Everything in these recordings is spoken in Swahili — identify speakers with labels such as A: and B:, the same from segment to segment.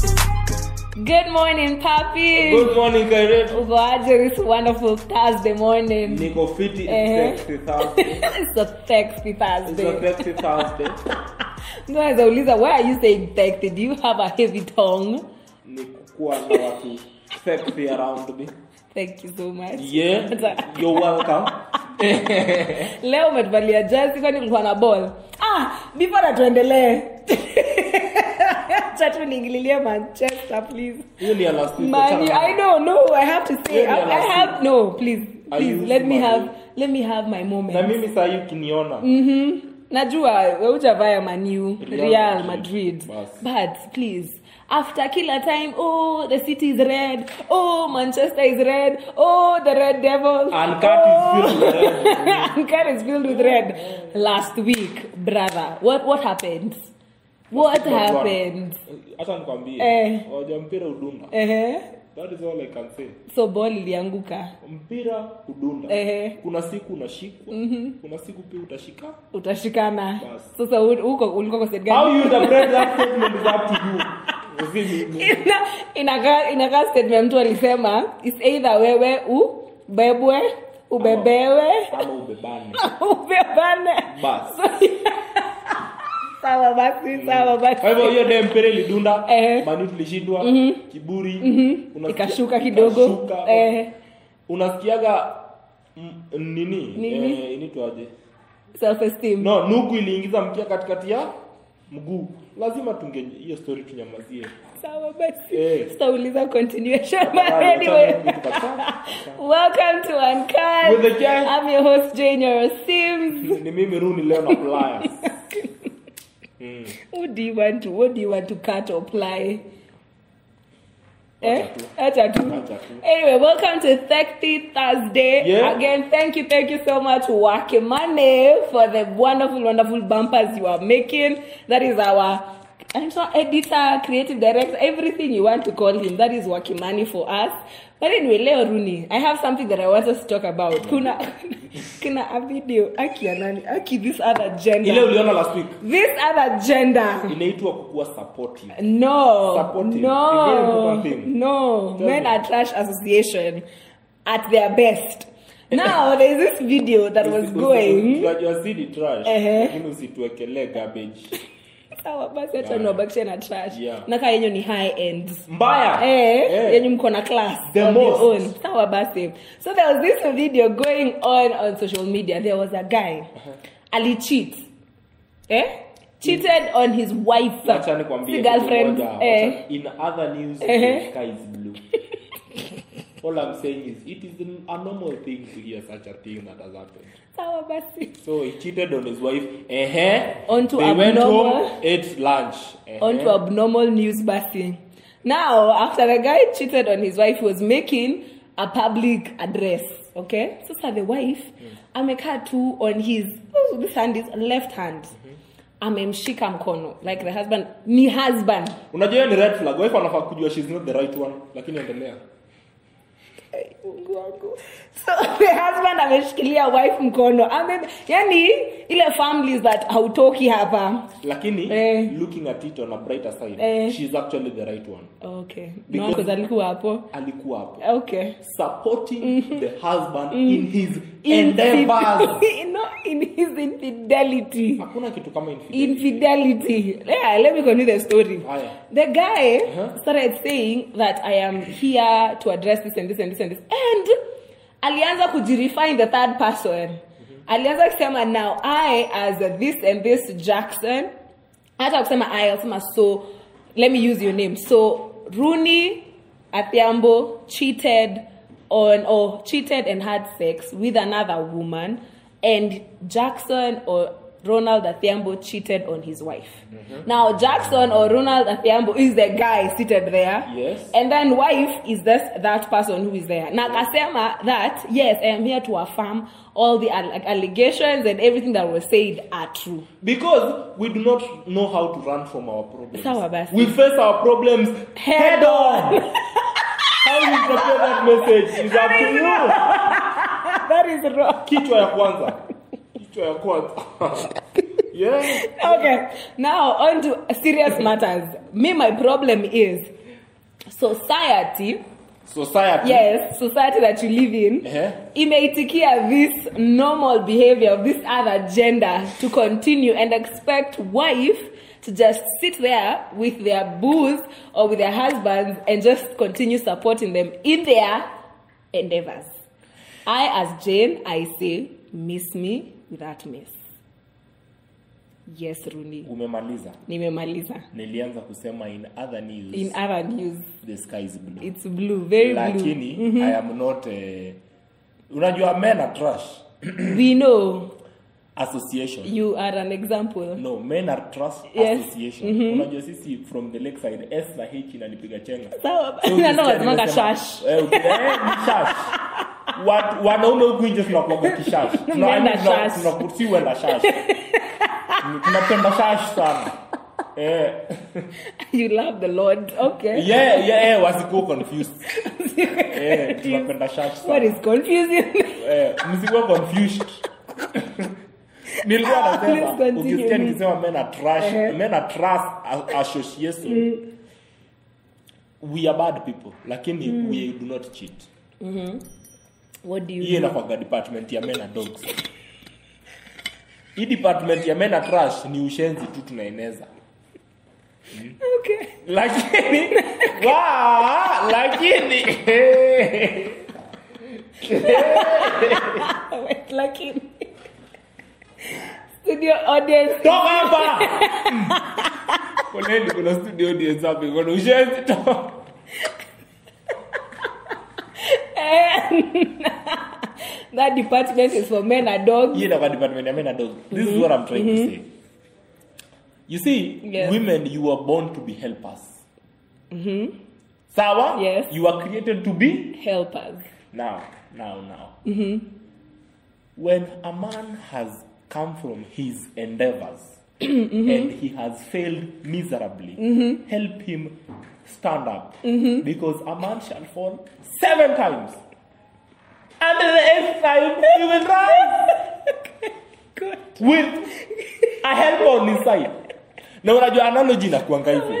A: Good morning, Papi.
B: Good morning, Kairet.
A: Uko aje this wonderful Thursday morning?
B: Niko fiti
A: Eh.
B: it's sexy Thursday.
A: it's a sexy
B: It's a
A: Thursday.
B: sexy Thursday.
A: Unaweza uliza why are you saying sexy? Do you have a heavy tongue?
B: Ni kuwa na watu sexy around me.
A: Thank you so much.
B: Yeah,
A: Sasa,
B: you're welcome.
A: Leo umetuvalia jersey kwani ulikuwa na ball? Ah, before that tuendelee. Acha tu niingililie Manchester please.
B: Hiyo ni alasiri.
A: Man, U- I don't know. I have to say,
B: Yeah,
A: I,
B: yeah,
A: I
B: that's
A: have no. Please,
B: Are
A: please
B: you
A: let me
B: Man U?
A: have let me have my moment.
B: Na mimi saa hii ukiniona.
A: Mhm. najua weujavaya maniu
B: Real
A: real madrid
B: Madrid.
A: but please after kila time oh the city is red oh manchester is red oh the red devil
B: And cat
A: Oh,
B: is filled with
A: and cat is filled with red last week brother what what happened what happened
B: Acha nikwambie.
A: Eh.
B: Wajua mpira udunda.
A: Ehe.
B: That is all I can say.
A: Uh-huh. so ball ilianguka
B: Mpira udunda.
A: Ehe. Mhm.
B: Kuna siku unashikwa. Kuna siku pia utashika.
A: utashikana
B: Bas.
A: sasa hu- huko ulikuwa kwa side gani?
B: How you interpret that statement is up to you. Mzee,
A: Ina- inakaa inakaa statement mtu alisema is either wewe ubebwe ubebewe
B: Ama ubebane.
A: ubebane
B: Bas.
A: So- sawa basi sawa
B: Mm. kwa hivyo
A: basi
B: hiyo dee mpira ilidunda
A: Eh.
B: manu tulishindwa kiburi unasikia-
A: Mhm. ikashuka kidogo
B: ikashuka.
A: eh,
B: unasikiaga mm, nini
A: Nini?
B: Eh, inaitwaje?
A: self esteem
B: no nuku iliingiza mkia katikati ya mguu lazima tunge hiyo story tunyamazie
A: sawa basi
B: Eh.
A: sitauliza continuation but
B: Tafadhali,
A: anyway
B: acha kitu kabisa.
A: welcome to
B: With the
A: uncut
B: guy.
A: i'm your host jane sims
B: ni mimi runi leo na pliers Mm,
A: Who do you want to? What do you want to cut or ply? Eh? Acha
B: Acha tu.
A: tu.
B: Acha tu.
A: Anyway, welcome to Sexy Thursday.
B: Yeah.
A: Again, thank you, thank you so much, Wakimane, for the wonderful, wonderful bumpers you are making. That is our I'm sorry, editor, creative director, everything you want to call him. That is Wakimani for us. But anyway, Leo Rooney, I have something that I want us to talk about. Kuna, kuna a video, Aki anani, Aki this other gender
B: ile uliona last week
A: this other gender
B: inaitwa kukuwa supportive
A: no
B: Supportive. A very
A: no
B: important thing.
A: no
B: Tell
A: men
B: me.
A: are trash association at their best now there is this video that was
B: Usi- usi-
A: going
B: tunajua si ni trash
A: Ehe.
B: lakini usituekelee garbage
A: sawa basi acha niwabakishe na trash
B: Yeah.
A: na kaa yenyu ni high end
B: mbaya
A: eh,
B: Eh.
A: yenye mko na class
B: The
A: on your
B: most.
A: own sawa basi so there was this video going on on social media there was a guy
B: Uh-huh.
A: alicheat eh cheated on his wife
B: Acha nikwambie
A: si
B: kitu
A: girlfriend
B: moja.
A: eh
B: Wacha- in other news
A: Ehe.
B: the sky is blue all i'm saying is it is n- a normal thing to hear such a thing that has happened
A: sawa basi
B: so he cheated on his wife ehe
A: Onto
B: they went
A: abnormal.
B: home ate lunch ehe
A: onto abnormal news busting. Now, after the guy cheated on his wife, he was making a public address. Okay, so sir, the wife amekaa tu on his oh, this hand is left hand Mm-hmm. amemshika mkono like the husband ni husband
B: unajua hiyo ni red flag wife anafaa kujua she's not the right one lakini endelea
A: Ay, Mungu wangu. so the husband ameshikilia wife mkono Ame, yani ile families that hautoki hapa
B: lakini
A: Eh.
B: looking at it on a brighter side
A: Eh.
B: she's actually the right one
A: okay
B: Because-
A: because alikuwa hapo
B: alikuwa hapo
A: okay
B: supporting
A: Mm-hmm.
B: the husband in his endeavors
A: Infi- no, in his infidelity.
B: hakuna kitu kama infidelity.
A: Infidelity. Yeah, let me continue the story.
B: Haya.
A: The guy
B: Uh-huh.
A: started saying that I am here to address this and this and this and this. And alianza kujirefine the third person. Alianza kusema now I as this and this Jackson. Hata kusema I alisema so let me use your name. So Rooney Atiambo cheated on or cheated and had sex with another woman and Jackson or Ronald Athiambo cheated on his wife. Now Jackson or Ronald Athiambo is the guy seated there.
B: Yes.
A: And then wife is this that person who is there. Now Kasema that yes, I am here to affirm all the al- allegations and everything that was said are true.
B: because we do not know how to run from our problems.
A: Sawa basi.
B: We face our problems
A: Head
B: head on. how you prepare that message is up to you.
A: that is wrong.
B: kichwa ya kwanza kichwa ya kwanza yeah
A: Okay, now on to serious matters. Me, my problem is society.
B: society
A: Yes, society that you live in.
B: Eh.
A: imeitikia this normal behavior of this other gender to continue and expect wife to just sit there with their booze or with their husbands and just continue supporting them in their endeavors. I, as Jane, I say, miss me without miss. Yes, Rooney.
B: umemaliza
A: Nimemaliza.
B: nilianza kusema in other news
A: In other news,
B: the sky is blue
A: it's blue, Mm-hmm. very
B: lakini i am not eh, unajua men are trash
A: blue. We know
B: association
A: you are an example.
B: no men are trust
A: Yes. Mm-hmm.
B: association unajua sisi from the lakeside s na h inanipiga chenga
A: Sawa,
B: So
A: na
B: ukisikia
A: ndo wasemanga
B: nimesema-
A: trash.
B: Eh, uki- eh, ni trash. Wat- wanaume huku nje tunakwaga kishash Tuna-
A: Mmeenda
B: tuna-
A: trash.
B: tuna- si huenda shash Ni- tunapenda shash sana Eh,
A: you love the Lord. Okay.
B: yeah, yeah, eh, wasikuwe confused Eh, tunapenda shash
A: What
B: sana
A: is confusing?
B: Eh, msikuwe confused nilikuwa
A: Ah, Please Eh.
B: nasema
A: continue.
B: ukisikia nikisema men are trash
A: Ehe.
B: men are trash a- association we are bad people lakini
A: Hmm.
B: we do not cheat
A: what do
B: hiyo
A: you
B: inakwaga department ya men are dogs hii department ya men are trash ni ushenzi tu tunaeneza
A: do? Okay.
B: lakini wa lakini
A: Wait, lucky. Studio audience.
B: toka hapa koneni kuna studio audience hapa iko na ushenzi toka
A: That department is for men and dogs.
B: you know what department I mean I don't. This
A: Mm-hmm.
B: is what I'm trying to say. You see,
A: Yes.
B: women, you were born to be helpers. Sawa?
A: Mm-hmm. Yes.
B: You were created to be
A: Helpers.
B: now, now, now. When a man has come from his endeavors and he has failed miserably, help him stand up because a man shall fall seven times. And the eighth time he will rise
A: Good.
B: with a help on his side na unajua analogy inakuanga hivyo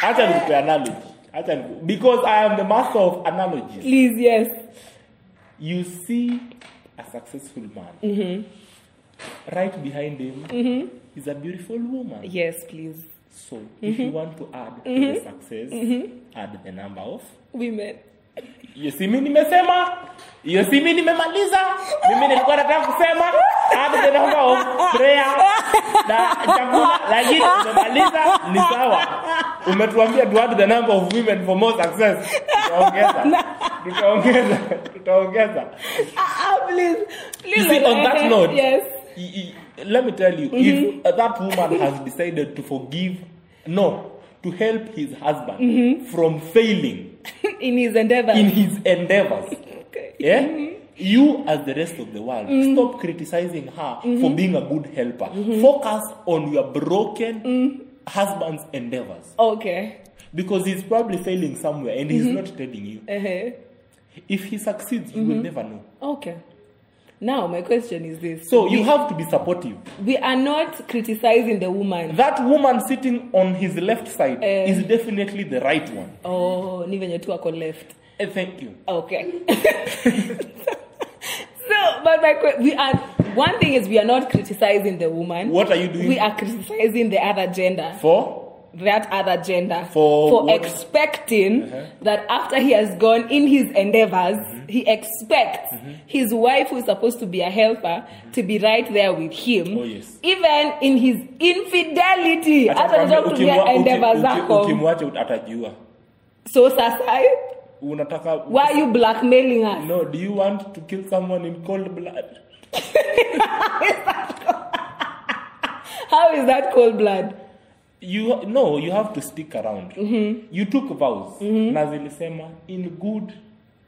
B: hacha nikupe analogy hacha niku- because i am the master of analogies
A: Please, yes.
B: you see a successful man right behind him is a beautiful woman
A: Yes, please.
B: so if you want to add to the success add the number of
A: Women.
B: hiyo si mi nimesema hiyo si mi nimemaliza mimi nilikuwa nataka kusema add the number of prayer na chakula lakini umemaliza ni sawa umetuambia to add the number of women for more success tutaongeza tutaongeza tutaongeza
A: Ah, ah, please. Please.
B: You see, on that note,
A: Yes. Mm-hmm.
B: y- y- let me tell you, if uh, that woman has decided to forgive, no, to help his husband
A: Mm-hmm.
B: from failing
A: In his endeavor.
B: in his endeavors,
A: Okay.
B: yeah,
A: Mm-hmm.
B: you as the rest of the world, stop criticizing her for
A: Mm-hmm.
B: being a good helper. Focus on your broken
A: Mm-hmm.
B: husband's endeavors
A: Okay.
B: because he's probably failing somewhere and
A: Mm-hmm.
B: he's not telling you.
A: Uh-huh.
B: If he succeeds, you
A: Mm-hmm.
B: will never know.
A: Okay. Now, my question is this.
B: So you have to be supportive.
A: we are not criticizing the woman.
B: That woman sitting on his left side
A: Eh.
B: is definitely the right one.
A: Oh, ni venye tu ako left.
B: Eh, thank you.
A: Okay. so, but my que- we are one thing is we are not criticizing the woman.
B: What are you doing
A: We are criticizing the other gender,
B: for?
A: that other gender,
B: For Uh-huh. what?
A: expecting that after he has gone in his endeavors,
B: Mm-hmm.
A: he expects his wife, who is supposed to be a helper, to be right there with him.
B: Mm-hmm. Oh, yes.
A: Even in his infidelity, hata unajua kutumia
B: Ukimwa- uki-
A: endeavor
B: uki-
A: zako.
B: ukimwacha ut- atajua.
A: So sasa,
B: Unataka
A: why are you blackmailing us?
B: No, do you want to kill someone in cold blood?
A: How is that cold blood?
B: You no, you have to stick around.
A: Mm-hmm.
B: You took vows. Na zilisema in good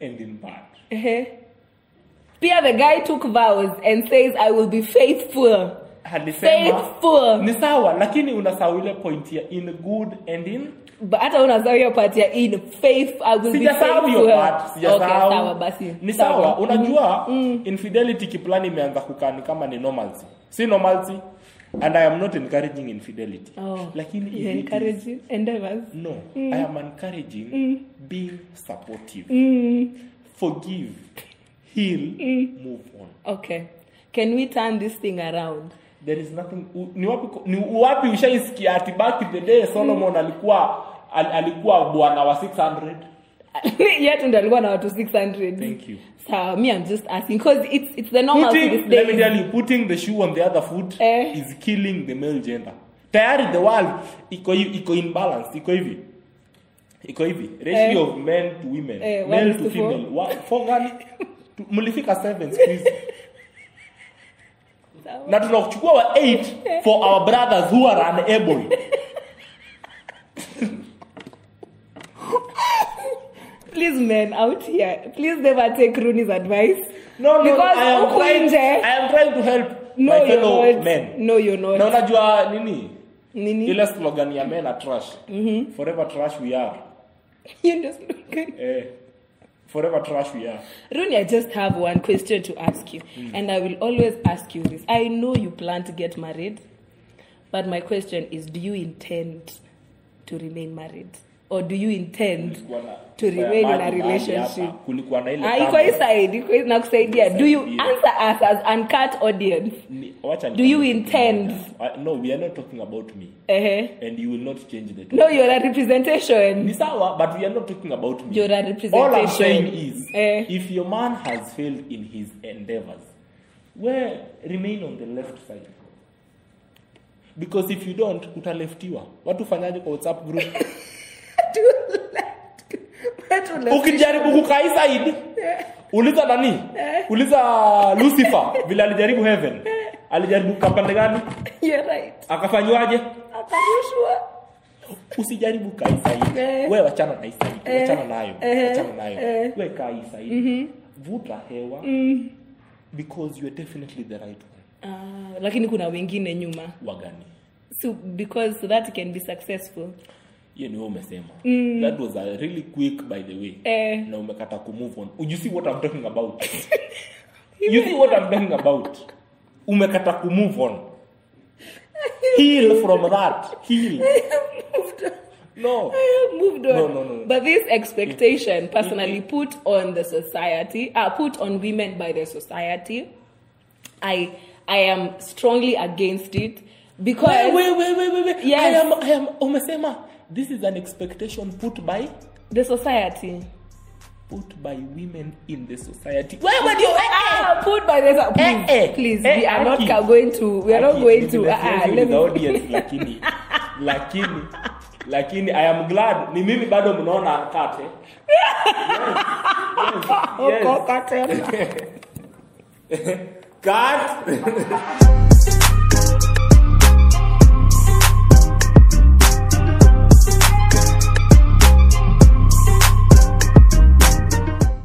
B: and in bad.
A: Uh-huh. Pia, the guy took vows and says, I will be faithful
B: alisema
A: faithful
B: ni sawa lakini unasahau ile point ya in good and in
A: Ba- hata unasahau hiyo part ya in faith i will be
B: sijasahau hiyo
A: faithful.
B: part
A: okay,
B: sijasahau
A: sawa basi Mm-hmm. Mm.
B: ni sawa unajua infidelity kiplani imeanza kukani kama ni normalcy si normalcy and i am not encouraging infidelity
A: oh
B: lakini if
A: you
B: it is,
A: encouraging Mm. endeavors
B: no i am encouraging being supportive
A: Mm.
B: forgive heal move on
A: okay can we turn this thing around
B: there is nothing u- ni wapi ko- ni wapi ushaisikia ati back in the day
A: Mm.
B: solomon alikuwa al, alikuwa bwana wa 600
A: Mm. yetu ndo alikuwa na watu 600
B: Thank you.
A: sawa me i'm just asking because it's it's the normal to
B: putting
A: this
B: let me
A: day
B: tell you putting the shoe on the other foot
A: Eh.
B: is killing the male gender tayari the world iko hi- iko imbalanced iko hivi iko hivi ratio of men to women
A: Eh, one
B: male
A: is
B: to
A: to four.
B: female wa- four gani Tu- mlifika 7 siku hizi
A: Sawa.
B: na tunachukua wa 8 for our brothers who are unable
A: please men out here please never take rooney's advice
B: no no
A: Because
B: I am
A: huku
B: trying,
A: nje-
B: I am trying to help
A: no
B: my
A: you're
B: fellow
A: not
B: men
A: no you're not
B: na unajua nini
A: nini
B: ile slogan ya men are trash
A: Mhm.
B: forever trash we are
A: you just look at
B: eh, forever trash we are
A: Rooney, I just have one question to ask you, and I will always ask you this. I know you plan to get married, but my question is do you intend to remain married? Or do you intend
B: Kulikuwa na-
A: to remain in a
B: mahali
A: relationship?
B: hapa, kulikuwa na ile
A: Ah,
B: tambo.
A: iko hii side, iko hii nakusaidia. Do you
B: Nisaidie.
A: answer us as uncut audience?
B: Ni- wacha
A: Do you
B: nikwambie kitu
A: intend?
B: moja. I- no we are not talking about me
A: Uh-huh.
B: and you will not change the topic.
A: No, you're a representation.
B: ni sawa but we are not talking about me
A: You're a representation.
B: all i'm saying is
A: Eh.
B: if your man has failed in his endeavors where remain on the left side because if you don't utaleftiwa watu fanyaje kwa whatsapp group ukijaribu kukai saidi uliza nani uliza lucifer vile alijaribu heaven alijaribu kapande gani
A: You're right.
B: akafanywaje
A: Akarushwa.
B: usijaribu kai saidi
A: Eh.
B: we wachana na hii saidi wachana nayo
A: Eh.
B: wachana nayo
A: Eh. Mhm. Mm.
B: we kai saidi vuta hewa because you are definitely the right one
A: Ah, lakini kuna wengine nyuma
B: wagani
A: so because that can be successful
B: hiyo ni wewe umesema that was a really quick by the way
A: Mm. Eh.
B: na umekata ku move on you see what i'm talking about you see what i'm talking about umekata ku move on heal from that heal no
A: moved on.
B: No, no, no. Mm-hmm.
A: But this expectation, personally put on the society, uh, put on women by the society, I I am strongly against it because
B: wait, wait, wait, wait, wait, wait.
A: Yes.
B: I am, I am, umesema this is an expectation put by
A: the society.
B: put by women in the society
A: Where would you ah, put by the so-
B: Eh,
A: please,
B: eh,
A: please
B: eh,
A: we are not
B: Aki.
A: going to we are not
B: Aki,
A: going to ah,
B: nimefeel
A: ah,
B: you
A: let
B: the
A: me-
B: audience lakini lakini lakini i am glad ni mimi bado mnaona kate yes.
A: Oh, Kukokotela.
B: cut